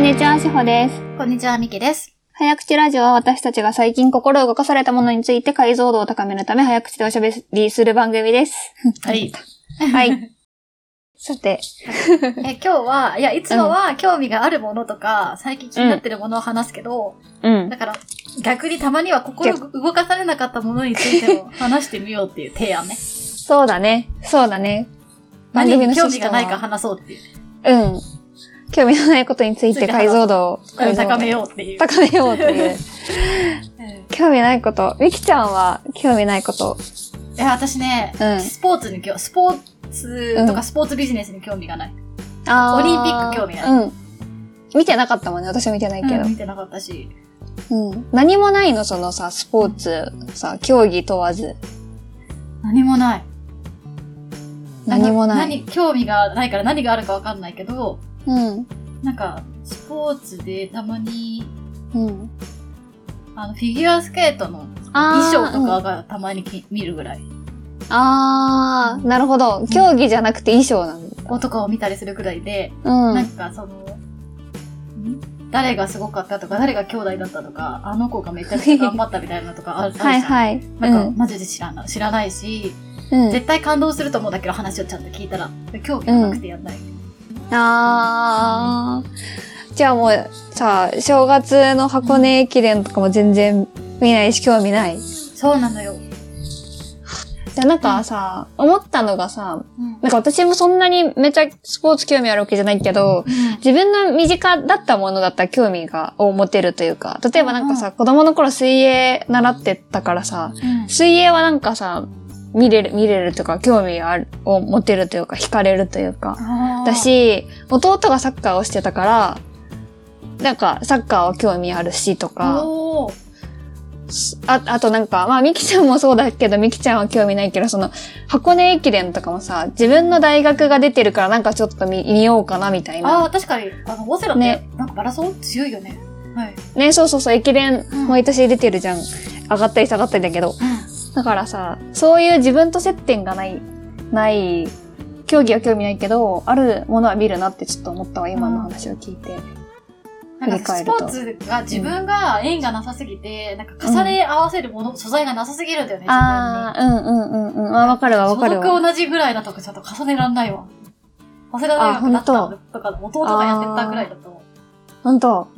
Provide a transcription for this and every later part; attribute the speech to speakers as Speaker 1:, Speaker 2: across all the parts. Speaker 1: にちは、しほです。
Speaker 2: こんにちは、みきです。
Speaker 1: 早口ラジオは私たちが最近心を動かされたものについて解像度を高めるため早口でおしゃべりする番組です。
Speaker 2: はい。
Speaker 1: はい。さて、
Speaker 2: え、今日は、いや、いつもは興味があるものとか、最近気になってるものを話すけど、
Speaker 1: うん。
Speaker 2: だから、逆にたまには心動かされなかったものについても話してみようっていう提案ね。
Speaker 1: そうだね。そうだね。
Speaker 2: 何に興味
Speaker 1: 趣旨
Speaker 2: が
Speaker 1: とは
Speaker 2: ないか話そうっていう。
Speaker 1: うん。興味のないことについて解像度を解像度
Speaker 2: 高めようっていう。
Speaker 1: 高めようと いう。
Speaker 2: うんい
Speaker 1: 興味ないこと。みきちゃんは興味ないこと。
Speaker 2: や、私ね、
Speaker 1: うん
Speaker 2: スポーツに興、スポーツと
Speaker 1: う
Speaker 2: かスポーツビジネスに興味がない。
Speaker 1: あ
Speaker 2: オリンピック興味ない
Speaker 1: うん。見てなかったもんね。私は見てないけ
Speaker 2: う
Speaker 1: ど
Speaker 2: ん。見てなかったし。
Speaker 1: うん。何もないのそのさ、スポーツ、さ、競技問わず。
Speaker 2: 何もない。
Speaker 1: 何も
Speaker 2: あの
Speaker 1: ない。
Speaker 2: 何、興味がないから何があるかわかんないけど、
Speaker 1: うん。
Speaker 2: なんか、スポーツでたまに、
Speaker 1: うん。
Speaker 2: あの、フィギュアスケートの
Speaker 1: あー
Speaker 2: 衣装とか
Speaker 1: うん
Speaker 2: がたまにき、見るぐらい。
Speaker 1: あー、なるほど。競技じゃなくて衣装なんだ。
Speaker 2: 男を見たりするぐらいで、
Speaker 1: うん。
Speaker 2: なんかその、ん誰がすごかったとか、誰が兄弟だったとか、あの子がめちゃくちゃ頑張ったみたいなのとかある
Speaker 1: はい
Speaker 2: い。
Speaker 1: はい。
Speaker 2: なんか、マジで知らない、知らないし、
Speaker 1: うん。うん。
Speaker 2: 絶対感動すると思うんだけど、話をちゃんと聞いたら、興味がなくてやんない。
Speaker 1: あー。じゃあもう、さ、正月の箱根駅伝とかも全然見ないし、興味ない。じ
Speaker 2: そうなのよ。
Speaker 1: ゃあなんかさ、思ったのがさ、
Speaker 2: うん
Speaker 1: なんか私もそんなにめちゃスポーツ興味あるわけじゃないけど、自分の身近だったものだったら興味が、を持てるというか、例えばなんかさ、子供の頃水泳習ってたからさ、
Speaker 2: うん
Speaker 1: 水泳はなんかさ、見れる、見れるとか、興味がある、を持てるというか、惹かれるというか。
Speaker 2: あー
Speaker 1: だし、弟がサッカーをしてたから、なんか、サッカーは興味あるしとか、
Speaker 2: おー
Speaker 1: あ、あとなんか、まあ、ミキちゃんもそうだけど、ミキちゃんは興味ないけど、その、箱根駅伝とかもさ、自分の大学が出てるから、なんかちょっと見、見ようかな、みたいな。
Speaker 2: ああ、確かに、あの、オセロって、
Speaker 1: ね
Speaker 2: なんかマラソン強いよね。はい。
Speaker 1: ね、そうそうそう、駅伝
Speaker 2: うん、
Speaker 1: 毎年出てるじゃん。上がったり下がったりだけど。だからさ、そういう自分と接点がない、ない、競技は興味ないけど、あるものは見るなってちょっと思ったわ、今の話を聞いて。
Speaker 2: なんか
Speaker 1: 振
Speaker 2: ス
Speaker 1: り
Speaker 2: ポ
Speaker 1: 返ると
Speaker 2: ーツが自分が縁がなさすぎて、なんか重ね合わせるもの、素材がなさすぎるんだよね、
Speaker 1: あ
Speaker 2: 自
Speaker 1: あ、うんうんうんうん。あ、わかるわ、わか
Speaker 2: 分に。
Speaker 1: る
Speaker 2: 所属
Speaker 1: わ。
Speaker 2: 同じぐらいのとかちょっと重ねらんないわ。早稲田大学だっ
Speaker 1: あ
Speaker 2: た
Speaker 1: ほん
Speaker 2: とか、弟がやってたぐらいだと。
Speaker 1: ほんと。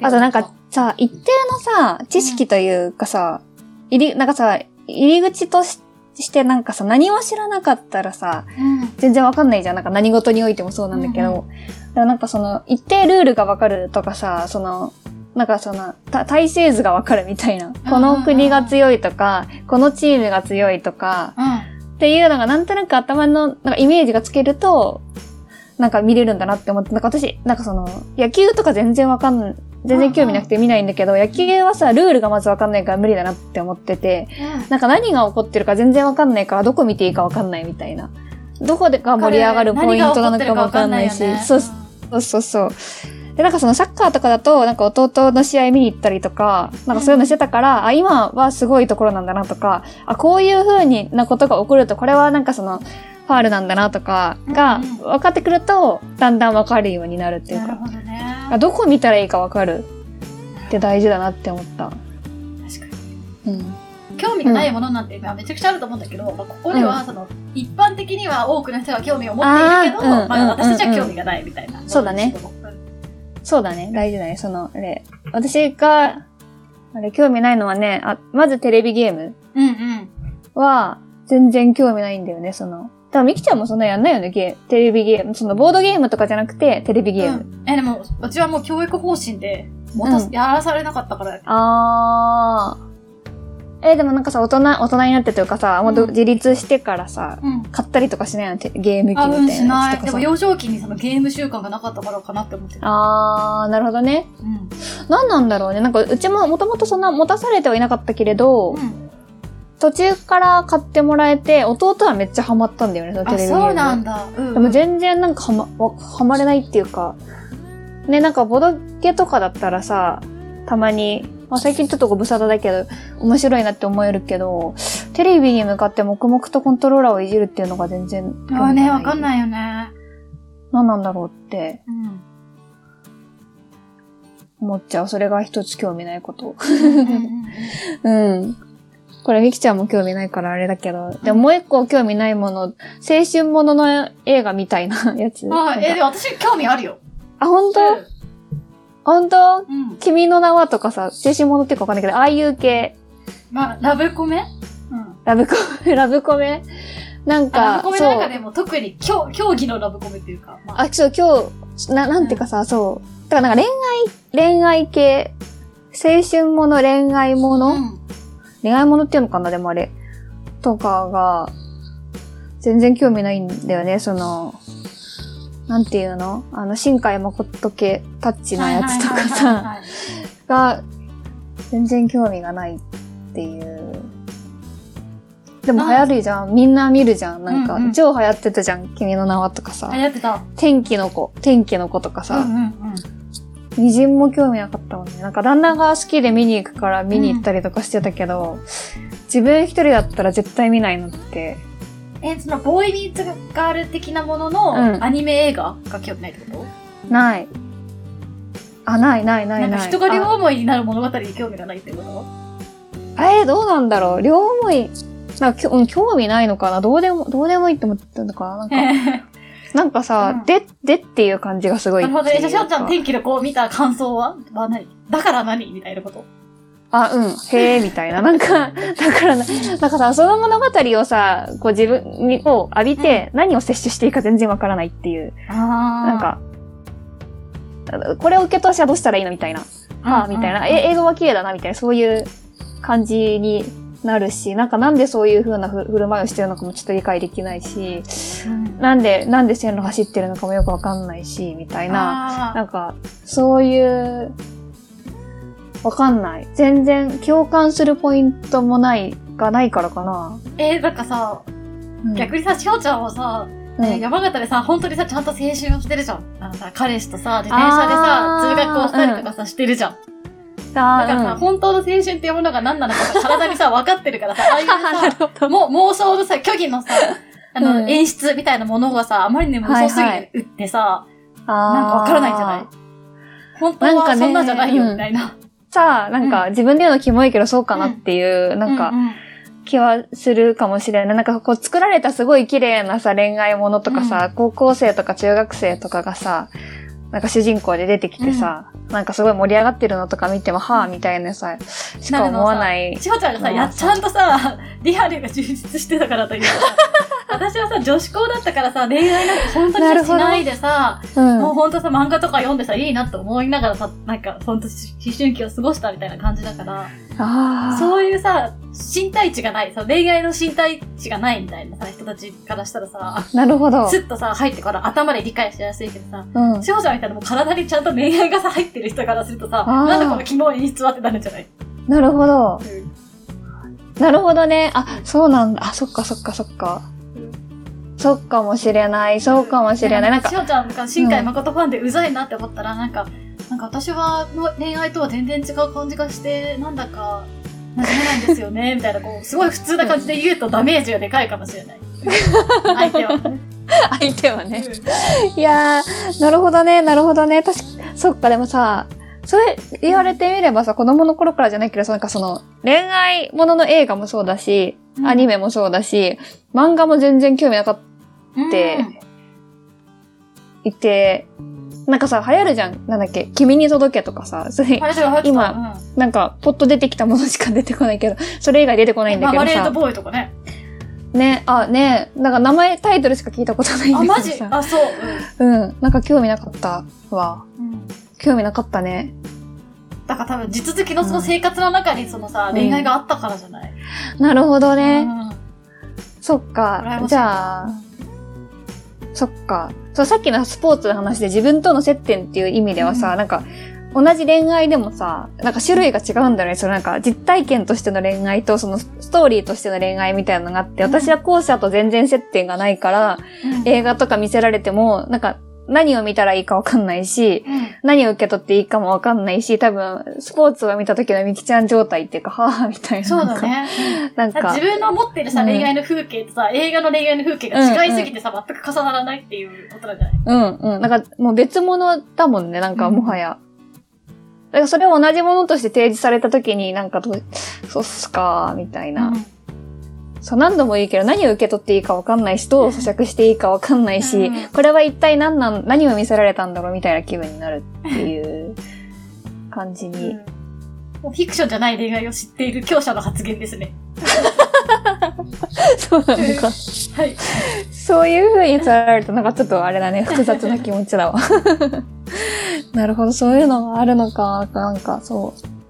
Speaker 1: あとなん
Speaker 2: う
Speaker 1: かさ、一定のさ、知識というかさ、入り、なんかさ、入り口とししてなんかさ、何も知らなかったらさ、
Speaker 2: うん。
Speaker 1: 全然わかんないじゃん。なんか何事においてもそうなんだけど。
Speaker 2: うん
Speaker 1: だからなんかその、一定ルールがわかるとかさ、その、なんかその、た体制図がわかるみたいな。この国が強いとか、このチームが強いとか、
Speaker 2: うん。
Speaker 1: っていうのがなんとなく頭の、なんかイメージがつけると、なんか見れるんだなって思って、なんか私、なんかその、野球とか全然わかん、全然興味なくて見ないんだけど、野球はさ、ルールがまずわかんないから無理だなって思ってて、なんか何が起こってるか全然わかんないから、どこ見ていいかわかんないみたいな。どこでが盛り上がるポイントなのかもわかんないし、そう
Speaker 2: そ
Speaker 1: そうそうそう。で、なんかそのサッカーとかだと、なんか弟の試合見に行ったりとか、なんかそういうのしてたから、あ、今はすごいところなんだなとか、あ、こういう風になことが起こると、これはなんかその、ファールなんだなとかが
Speaker 2: うんうん
Speaker 1: 分かってくると、だんだん分かるようになるっていう
Speaker 2: なる
Speaker 1: か、
Speaker 2: ほどね。
Speaker 1: あどこ見たらいいか分かるって大事だなって思った。
Speaker 2: 確かに。
Speaker 1: うん。
Speaker 2: 興味がないものなんてまあめちゃくちゃあると思うんだけど、まあここではその、一般的には多くの人が興味を持っているけど、
Speaker 1: あーうん
Speaker 2: まあ、私たち
Speaker 1: うん
Speaker 2: は
Speaker 1: うん
Speaker 2: 興味がないみたいな。
Speaker 1: そうだねそうだね、大事だね、その、あれ。私が、あれ、興味ないのはね、あ、まずテレビゲーム
Speaker 2: うんうん。
Speaker 1: は、全然興味ないんだよね、その。だから、みきちゃんもそんなやんないよね、ゲーテレビゲーム。その、ボードゲームとかじゃなくて、テレビゲーム。
Speaker 2: うん、え、でも、うちはもう教育方針で、持たす、
Speaker 1: うん
Speaker 2: やらされなかったから、
Speaker 1: あー。え、でもなんかさ、大人、大人になってというかさ、もうど
Speaker 2: うん
Speaker 1: 自立してからさ、
Speaker 2: うん。
Speaker 1: 買ったりとかしないの、てゲーム機み
Speaker 2: あ、
Speaker 1: た
Speaker 2: うん、し
Speaker 1: いな
Speaker 2: な
Speaker 1: やつとか
Speaker 2: い。で
Speaker 1: さ
Speaker 2: も、。幼少期にそのゲーム習慣がなかったからかなって思ってた。
Speaker 1: あー、なるほどね。
Speaker 2: うん。
Speaker 1: なんなんだろうね。なんか、うちももともとそんな持たされてはいなかったけれど、
Speaker 2: うん。
Speaker 1: 途中から買ってもらえて、弟はめっちゃハマったんだよね、そのテ
Speaker 2: あ、
Speaker 1: レビゲーム
Speaker 2: そうなんだ。うん。
Speaker 1: でも全然なんかハマ、わハマれないっていうか、ね、なんかボドゲとかだったらさ、たまに、まあ、最近ちょっとご無沙汰だけど、面白いなって思えるけど、テレビに向かって黙々とコントローラーをいじるっていうのが全然興味が
Speaker 2: あ
Speaker 1: な
Speaker 2: ー
Speaker 1: い。
Speaker 2: ね、わかん
Speaker 1: い。
Speaker 2: ないよね。
Speaker 1: 何なんだろうって
Speaker 2: うん。
Speaker 1: 思っちゃう。それが一つ興味ないこと。
Speaker 2: うんうんうん
Speaker 1: うん。これ、ミキちゃんも興味ないからあれだけど。でももう一個興味ないもの、青春ものの映画みたいな やつ。
Speaker 2: あ、え、でも私興味あるよ。
Speaker 1: あ、本当本当
Speaker 2: うん。
Speaker 1: 君の名はとかさ、青春ものっていうかわかんないけど、ああいう系、
Speaker 2: まあ、ラブコメうん。
Speaker 1: ラブコメ、 ラブコメなんか、
Speaker 2: あラブコメの
Speaker 1: そ
Speaker 2: 中
Speaker 1: う。
Speaker 2: でも特に競競技のラブコメっていうか、まあ、
Speaker 1: あ、そう、今日、な、なんていうかさ、そう。だからなんか恋愛、恋愛系、青春もの、恋愛もの、
Speaker 2: うん
Speaker 1: 恋愛ものっていうのかな、でもあれ。とかが、全然興味ないんだよね、その、なんていうのあの、新海誠系タッチなやつとか
Speaker 2: はい
Speaker 1: さ、
Speaker 2: はいはいはいはい
Speaker 1: が、全然興味がないっていう。でも流行るじゃん。みんな見るじゃん。なんか、
Speaker 2: うんうん
Speaker 1: 超流行ってたじゃん。君の名はとかさ
Speaker 2: あ、。やってた。
Speaker 1: 天気の子、天気の子とか
Speaker 2: うん
Speaker 1: さ、
Speaker 2: うんうん。
Speaker 1: 微塵も興味なかったもんね。なんか旦那が好きで見に行くから見に行ったりとかしてたけど、自分一人だったら絶対見ないのって。
Speaker 2: え、その、ボーイミーツガール的なものの、
Speaker 1: うん
Speaker 2: アニメ映画が興味ないってこと
Speaker 1: ない。あ、ないないないな。
Speaker 2: ないんか人が両
Speaker 1: あ
Speaker 2: 思いになる物語に興味がないって こと
Speaker 1: あえー、どうなんだろう。両思い。なんかきょ、うん、興味ないのかな。どうでも、どうでもいいって思ったのかな。なん
Speaker 2: え
Speaker 1: か、なんかさ、
Speaker 2: うん
Speaker 1: で、でっていう感じがすごい
Speaker 2: なるほ
Speaker 1: っ
Speaker 2: ど。
Speaker 1: て
Speaker 2: え、
Speaker 1: いう
Speaker 2: じゃあ、しおちゃん
Speaker 1: か
Speaker 2: 天気の子を見た感想はは何だから何みたいなこと。
Speaker 1: あ、うん、へえ、みたいな。なんか、 だからな、なんかさ、その物語をさ、こう自分に、を浴びて、何を摂取していいか全然わからないっていう。
Speaker 2: ああ。
Speaker 1: なん、か、これを受け取しはどうしたらいいのみたいな。ああ、みたいな。え、映像は綺麗だな、みたいな。そういう感じになるし、なんかなんでそういう風なふ振る舞いをしてるのかもちょっと理解できないし、
Speaker 2: うん
Speaker 1: なんで、なんで線路走ってるのかもよくわかんないし、みたいな。
Speaker 2: あー
Speaker 1: なんか、そういう、わかんない。全然共感するポイントもない、がないからかな。
Speaker 2: えなんかさ、
Speaker 1: うん
Speaker 2: 逆にさ、しおちゃんはさ、
Speaker 1: うん
Speaker 2: ね山形でさ、本当にさ、ちゃんと青春をしてるじゃん。あのさ、彼氏とさ、自転車でさ
Speaker 1: あ、ー
Speaker 2: 通学をしたりとかさ、してるじゃん。だからさ、
Speaker 1: あ
Speaker 2: 本当の青春っていうものが何なのかさ、体にさ、分かって るからさ、ああいう
Speaker 1: ー、
Speaker 2: さ、
Speaker 1: うん
Speaker 2: もう妄想のさ、虚偽のさ、あの、
Speaker 1: うん
Speaker 2: 演出みたいなものがさ、あまりにも妄想す
Speaker 1: はいはい
Speaker 2: ぎてさ、
Speaker 1: あー
Speaker 2: なんかわからないんじゃない本当
Speaker 1: なんか
Speaker 2: は
Speaker 1: ね
Speaker 2: そんなんじゃないよ、
Speaker 1: うん
Speaker 2: みたいな。
Speaker 1: さあ、なんか、自分で言うのキモいけどそうかなっていう、なん
Speaker 2: う
Speaker 1: か、
Speaker 2: ん
Speaker 1: 気はするかもしれない。なんかこう作られたすごい綺麗なさ、恋愛ものとかさ、高校生とか中学生とかがさ、なんか主人公で出てきてさ、なんかすごい盛り上がってるのとか見ても、はぁ、みたいなさ、しか思わない。
Speaker 2: しほちゃんがさ、
Speaker 1: うん
Speaker 2: やっちゃんとさ、リアルが充実してたから というか、私はさ、女子校だったからさ、恋愛なんか本当に
Speaker 1: な
Speaker 2: さ
Speaker 1: る
Speaker 2: し
Speaker 1: ほど
Speaker 2: ないでさ、
Speaker 1: うん。
Speaker 2: もう本当さ、漫画とか読んでさ、いいなと思いながらさ、なんか、本当思春期を過ごしたみたいな感じだから、
Speaker 1: ああ。
Speaker 2: そういうさ、身体値がない、さ、恋愛の身体値がないみたいなさ、人たちからしたらさ、
Speaker 1: なるほど。
Speaker 2: スッとさ、入ってから頭で理解しやすいけどさ、
Speaker 1: うん。
Speaker 2: 少女みたいなもう体にちゃんと恋愛がさ、入ってる人からするとさ、
Speaker 1: あー
Speaker 2: なんでこのキモい演出はってなるんじゃない
Speaker 1: なるほど。
Speaker 2: うん
Speaker 1: なるほどね。あ、そうなんだ。あ、そっかそっかそっか。そっかもしれない。そうかもしれない。なんか
Speaker 2: し、おちゃんが新海誠ファンでうざいなって思ったら、なんか、なんか私は恋愛とは全然違う感じがして、なんだか、馴染めないんですよね、みたいな、こう、すごい普通な感じで言うとダメージがでかいかもしれない。相手は。
Speaker 1: 相手はね。いやー、なるほどね、なるほどね。確か、そっか、でもさ、それ言われてみればさ、子供の頃からじゃないけどさ、なんかその、恋愛ものの映画もそうだし、
Speaker 2: うん
Speaker 1: アニメもそうだし、漫画も全然興味なかっ
Speaker 2: うん
Speaker 1: ていて、なんかさ、流行るじゃん。なんだっけ、君に届けとかさ、それ、
Speaker 2: あれだよ、
Speaker 1: 今
Speaker 2: 今、うん
Speaker 1: なんか、ポッと出てきたものしか出てこないけど、それ以外出てこないんだ
Speaker 2: まあ
Speaker 1: け
Speaker 2: マ
Speaker 1: ど
Speaker 2: レード
Speaker 1: さ、
Speaker 2: ボーイとかね。
Speaker 1: ね、あ、ね、なんか名前、タイトルしか聞いたことないんだ
Speaker 2: あ、
Speaker 1: けど
Speaker 2: マジ
Speaker 1: さ、
Speaker 2: あ、そう。
Speaker 1: うん、なんか興味なかったわ。
Speaker 2: うん うん
Speaker 1: 興味なかったね。
Speaker 2: だから多分、地続きのその生活の中にその
Speaker 1: う
Speaker 2: さ、
Speaker 1: ん
Speaker 2: 恋愛があったからじゃない。
Speaker 1: なるほどね。
Speaker 2: うん
Speaker 1: そっ
Speaker 2: 羨ま
Speaker 1: か
Speaker 2: し。い
Speaker 1: じゃあ、そっか。そう、さっきのスポーツの話で自分との接点っていう意味ではさ、
Speaker 2: うん
Speaker 1: なんか、同じ恋愛でもさ、なんか種類が違うんだよね。そのなんか実体験としての恋愛とそのストーリーとしての恋愛みたいなのがあって、
Speaker 2: うん
Speaker 1: 私は後者と全然接点がないから、
Speaker 2: うん
Speaker 1: 映画とか見せられても、なんか何を見たらいいかわかんないし、
Speaker 2: うん
Speaker 1: 何を受け取っていいかもわかんないし、多分、スポーツを見た時のミキちゃん状態っていうか、はぁ、みたいな。
Speaker 2: そうだね。
Speaker 1: なんか。
Speaker 2: だから自分の持ってるさ、
Speaker 1: うん
Speaker 2: 恋愛の風景とさ、映画の恋愛の風景が違いすぎてさ、全く重ならないっていうことなんじゃない
Speaker 1: うんうん。なんかもう別物だもんね、なんか
Speaker 2: うん
Speaker 1: もはや。だからそれを同じものとして提示された時になんかどう、そうっすか、みたいな。
Speaker 2: うん
Speaker 1: そう、何度も言うけど何を受け取っていいかわかんないし、どう咀嚼していいかわかんないし、
Speaker 2: うん
Speaker 1: これは一体何なん、何を見せられたんだろうみたいな気分になるっていう感じに。
Speaker 2: もうフィクションじゃない恋愛を知っている強者の発言ですね。
Speaker 1: そうなのか。
Speaker 2: はい。
Speaker 1: そういう風に捉えるとなんかちょっとあれだね、複雑な気持ちだわ。 なるほど、そういうのがあるのか、なんかそう。
Speaker 2: うん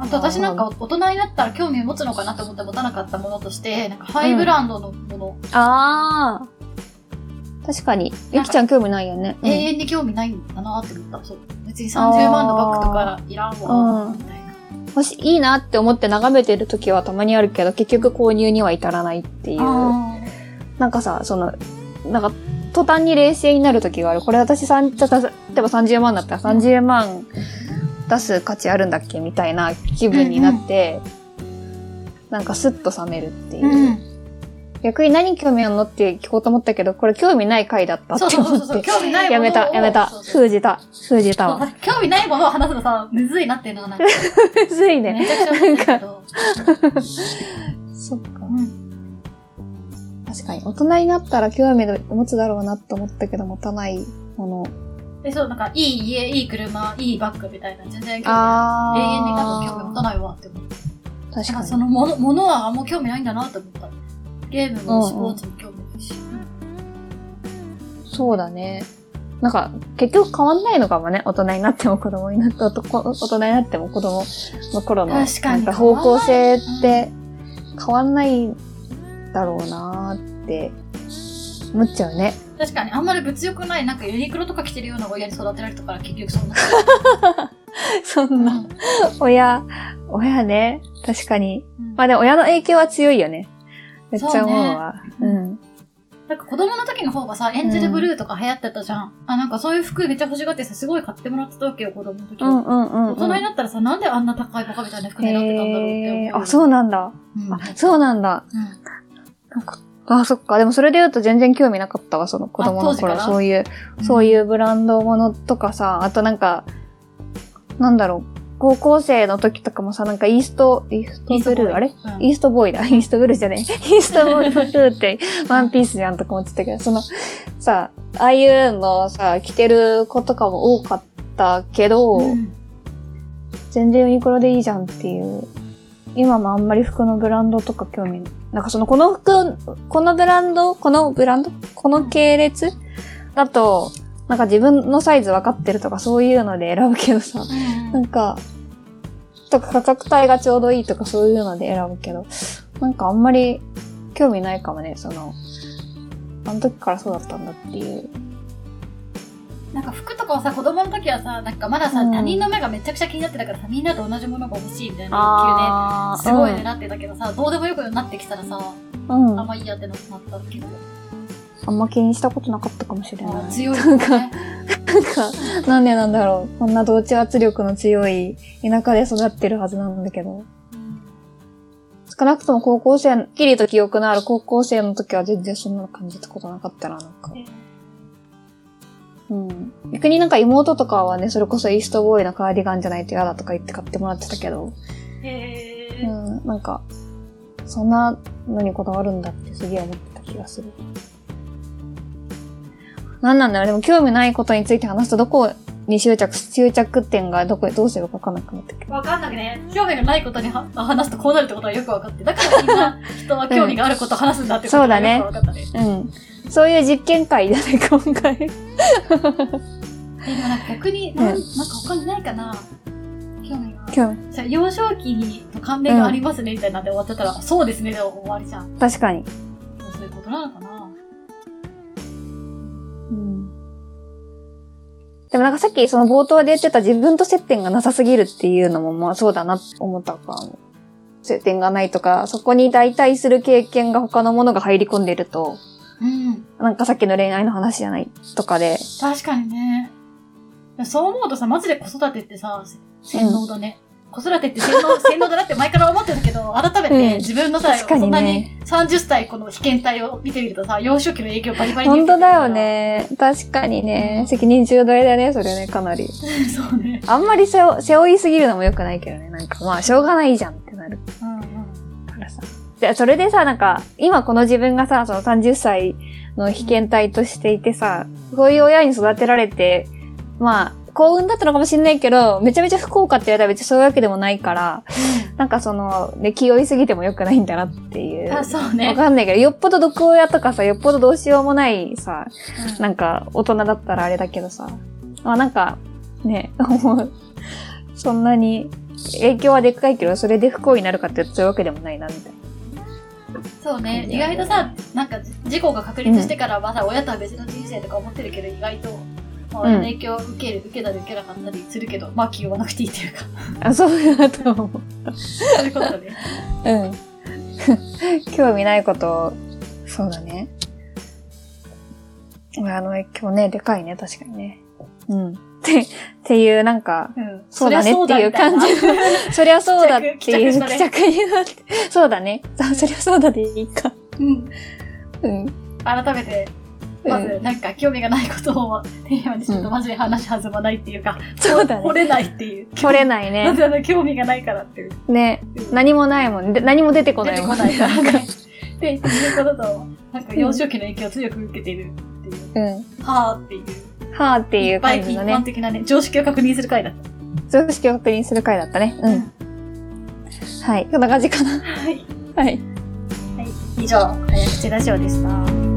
Speaker 2: あと私なんか大人になったら興味を持つのかなと思って持たなかったものとして、なんかハイブランドのもの、
Speaker 1: ああ。確かに。ゆきちゃん興味ないよね。
Speaker 2: 永遠に興味ないんだなって思った。そう。別に30万のバッグとかいらんわ、
Speaker 1: うん
Speaker 2: みたいな。
Speaker 1: もしいいなって思って眺めてる時はたまにあるけど、結局購入には至らないっていう。
Speaker 2: あ
Speaker 1: なんかさ、その、なんか、途端に冷静になる時がある。これ私さん、例えば30万だったら30万出す価値あるんだっけみたいな気分になって、なんかスッと冷めるってい
Speaker 2: ー
Speaker 1: う。
Speaker 2: うん。
Speaker 1: 逆に何興味あんのって聞こうと思ったけど、これ興味ない回だったって
Speaker 2: そう
Speaker 1: 思って。
Speaker 2: そうそうそう。興味ないもの
Speaker 1: や
Speaker 2: を
Speaker 1: めた、やめた
Speaker 2: そう。そう
Speaker 1: 封じた。封じたわ。
Speaker 2: 興味ないものを話すのさ、むずいなっていうのがなんか、
Speaker 1: むずい ね。
Speaker 2: めちゃくちゃ思うんだけど。
Speaker 1: そっか。
Speaker 2: うん
Speaker 1: 確かに。大人になったら興味持つだろうなと思ったけど、持たないもの。
Speaker 2: で、そう、なんか、いい家、いい車、いいバッグみたいな、全然興味ない。
Speaker 1: あ
Speaker 2: 永
Speaker 1: ー。
Speaker 2: 遠に多分興味持たないわって思う。
Speaker 1: 確
Speaker 2: なん
Speaker 1: か
Speaker 2: か
Speaker 1: に。
Speaker 2: そのもの、ものはあんま興味ないんだなって思った。ゲームもスポーツも興味ないし。
Speaker 1: そうだね。なんか、結局変わんないのかもね。大人になっても子供になって、男大人になっても子供の頃の、
Speaker 2: 確かに
Speaker 1: なんか方向性って変わんないんだろうなーって思っちゃうね。
Speaker 2: 確かに、あんまり物欲ない、なんかユニクロとか着てるような親に育てられたから結局そんな。
Speaker 1: そ
Speaker 2: うんん
Speaker 1: な。 親、親ね。確かに。
Speaker 2: うん
Speaker 1: まあでも親の影響は強いよね。めっちゃ思うわ。う
Speaker 2: そうね
Speaker 1: ん。
Speaker 2: なんか子供の時の方がさ、エンジェルブルーとか流行ってたじゃん。あ、なんかそういう服めっちゃ欲しがってさ、すごい買ってもらってたわけよ、子供の時
Speaker 1: う
Speaker 2: は。
Speaker 1: んうんうん、うん。
Speaker 2: 大人になったらさ、なんであんな高いバカみたいな服狙ってたんだろうって思う。
Speaker 1: へーあ、そうなんだ。
Speaker 2: うん。
Speaker 1: あ、そうなんだ。
Speaker 2: う
Speaker 1: なんか、あ、そっか。でもそれで言うと全然興味なかったわ、その子供
Speaker 2: あ当
Speaker 1: の
Speaker 2: 時か
Speaker 1: 頃。
Speaker 2: ら
Speaker 1: そういう、
Speaker 2: ん。
Speaker 1: そう
Speaker 2: う
Speaker 1: いうブランドものとかさ、あとなんか、なんだろう、高校生の時とかもさ、なんかイースト、イースト
Speaker 2: ん、
Speaker 1: ブルー、あれ
Speaker 2: うん
Speaker 1: イーストボーイだ。 イーストブルーじゃねえ。イーストボーイブルーって、ワンピースじゃんとか思ってたけど、その、さ、ああいうのをさ、着てる子とかも多かったけど、
Speaker 2: うん
Speaker 1: 全然ユニクロでいいじゃんっていう。今もあんまり服のブランドとか興味ない。なんかそのこの服、このブランド、このブランドこの系列だと、なんか自分のサイズ分かってるとかそういうので選ぶけどさ、
Speaker 2: うん
Speaker 1: なんか、とか価格帯がちょうどいいとかそういうので選ぶけど、なんかあんまり興味ないかもね、その、あの時からそうだったんだっていう。
Speaker 2: なんか服とかはさ、子供の時はさ、なんかまださ、
Speaker 1: うん
Speaker 2: 他人の目がめちゃくちゃ気になってたからさ、みんなと同じものが欲しいみたいな
Speaker 1: あ
Speaker 2: 欲求で、すごい狙ってたけどさ、どうでもよくなってきたらさ、
Speaker 1: うん。
Speaker 2: あんまいいやってなくなったけど、
Speaker 1: あんま気にしたことなかったかもしれない。
Speaker 2: 強いよ
Speaker 1: なん
Speaker 2: ね。
Speaker 1: なんか、なんでなんだろう。こんな同調圧力の強い田舎で育ってるはずなんだけど。少なくとも高校生、きりと記憶のある高校生の時は全然そんなの感じたことなかったな、なんか。うん。逆になんか妹とかはね、それこそイーストボーイのカーディガンじゃないと嫌だとか言って買ってもらってたけど。
Speaker 2: へ
Speaker 1: う
Speaker 2: ー
Speaker 1: ん。なんか、そんなのにこだわるんだってすげえ思ってた気がする。なんなんだろう。でも興味ないことについて話すとどこに執着、執着点がどこへどうすればわかんなくなったっけど。
Speaker 2: わかんなくね。興味がないことには話すとこうなるってことはよくわかって。だからみんな人は興味があることを話すんだってこと
Speaker 1: そうだ
Speaker 2: が
Speaker 1: ね
Speaker 2: よくわかったね。
Speaker 1: うん。そういう 実験会だね、今回。
Speaker 2: えでもなんか逆に、なん
Speaker 1: う
Speaker 2: なんか他にないかな興味が。
Speaker 1: 興味。
Speaker 2: じゃあ幼少期に関連がありますねみたいなんで終わってたら、そうですねで終わりじゃん。
Speaker 1: 確かに。
Speaker 2: そういうことなのかな
Speaker 1: うん。でもなんかさっきその冒頭で言ってた自分と接点がなさすぎるっていうのもまあそうだなって思ったかも。接点がないとか、そこに代替する経験が他のものが入り込んでると、
Speaker 2: うん。
Speaker 1: なんかさっきの恋愛の話じゃないとかで、
Speaker 2: 確かにね。そう思うとさ、マジで子育てってさ、洗脳だね。子育てって洗脳、 洗脳だなって前から思ってたけど、改め
Speaker 1: うん
Speaker 2: て自分のさ、
Speaker 1: 確か
Speaker 2: そ
Speaker 1: に
Speaker 2: んなに
Speaker 1: ね
Speaker 2: 30歳この被験体を見てみるとさ、幼少期の影響バリバリに
Speaker 1: 本
Speaker 2: 受け
Speaker 1: 当
Speaker 2: てる
Speaker 1: だ
Speaker 2: から
Speaker 1: よ。ね。確かにね。責任重大だね、それね、かなり。
Speaker 2: そうね。
Speaker 1: あんまり背負背負いすぎるのも良くないけどね。なんかまあ、しょうがないじゃんってなる
Speaker 2: うんうん。
Speaker 1: からさ。じゃあ、それでさ、なんか、今この自分がさ、その30歳の被験体としていてさ、そういう親に育てられて、まあ、幸運だったのかもしんないけど、めちゃめちゃ不幸かって言われたら別にそういうわけでもないから、なんかその、ね、気負いすぎても良くないんだなっていう。
Speaker 2: あ、そう
Speaker 1: わ
Speaker 2: ね。
Speaker 1: かんないけど、よっぽど毒親とかさ、よっぽどどうしようもないさ、
Speaker 2: うん
Speaker 1: なんか、大人だったらあれだけどさ。まあなんか、ね、もう、そんなに、影響はでっかいけど、それで不幸になるかってそういうわけでもないな、みたい
Speaker 2: そうね。
Speaker 1: い
Speaker 2: 意
Speaker 1: や
Speaker 2: 外とさ、なんか事故が確立してからまだ親とは別の人生とか思ってるけど、意外と、まあ、
Speaker 1: うん
Speaker 2: 親の影響を受ける、受けたり受けなかったりするけど、まあ気負わなくていいっていうか、
Speaker 1: な。あ、そうだと思う。
Speaker 2: そういうことね。
Speaker 1: うん。 興味ないこと、そうだね。まああの影響ね、でかいね、確かにね。うん。って、っていう、なん か、
Speaker 2: うん。
Speaker 1: そうだねっていう感じ
Speaker 2: そりゃそうだみたいな。
Speaker 1: そりゃそうだっていう、帰
Speaker 2: 帰着帰着
Speaker 1: 着になって、そうだね。そそりゃそうだでいいか。
Speaker 2: うん。
Speaker 1: うん。
Speaker 2: 改めて、
Speaker 1: う
Speaker 2: ま
Speaker 1: ん
Speaker 2: ず、なんか興味がないことをテーマにすると、
Speaker 1: うん
Speaker 2: マジで話弾まないっていうか、
Speaker 1: そうだね
Speaker 2: 掘れないっていう。
Speaker 1: 取れない
Speaker 2: な
Speaker 1: ね。
Speaker 2: ぜあの興味がないからっていう。
Speaker 1: ね。何もないもん。で何も出てこな
Speaker 2: 出
Speaker 1: い
Speaker 2: て
Speaker 1: も
Speaker 2: こ
Speaker 1: ん。
Speaker 2: ないから
Speaker 1: なんか。
Speaker 2: で、いうことと、なんか幼少期の影響を強く受けているっていう。
Speaker 1: う
Speaker 2: はぁっていう。
Speaker 1: ん。はーって
Speaker 2: い
Speaker 1: い
Speaker 2: っ
Speaker 1: う
Speaker 2: ぱい
Speaker 1: 感じ
Speaker 2: 一
Speaker 1: の
Speaker 2: 般
Speaker 1: ね。
Speaker 2: 的なね、常識を確認する回だった。
Speaker 1: 常識を確認する回だったね。うん。はい。こんな感じかな。
Speaker 2: はい。
Speaker 1: はい。
Speaker 2: 以上、早口ラジオでした。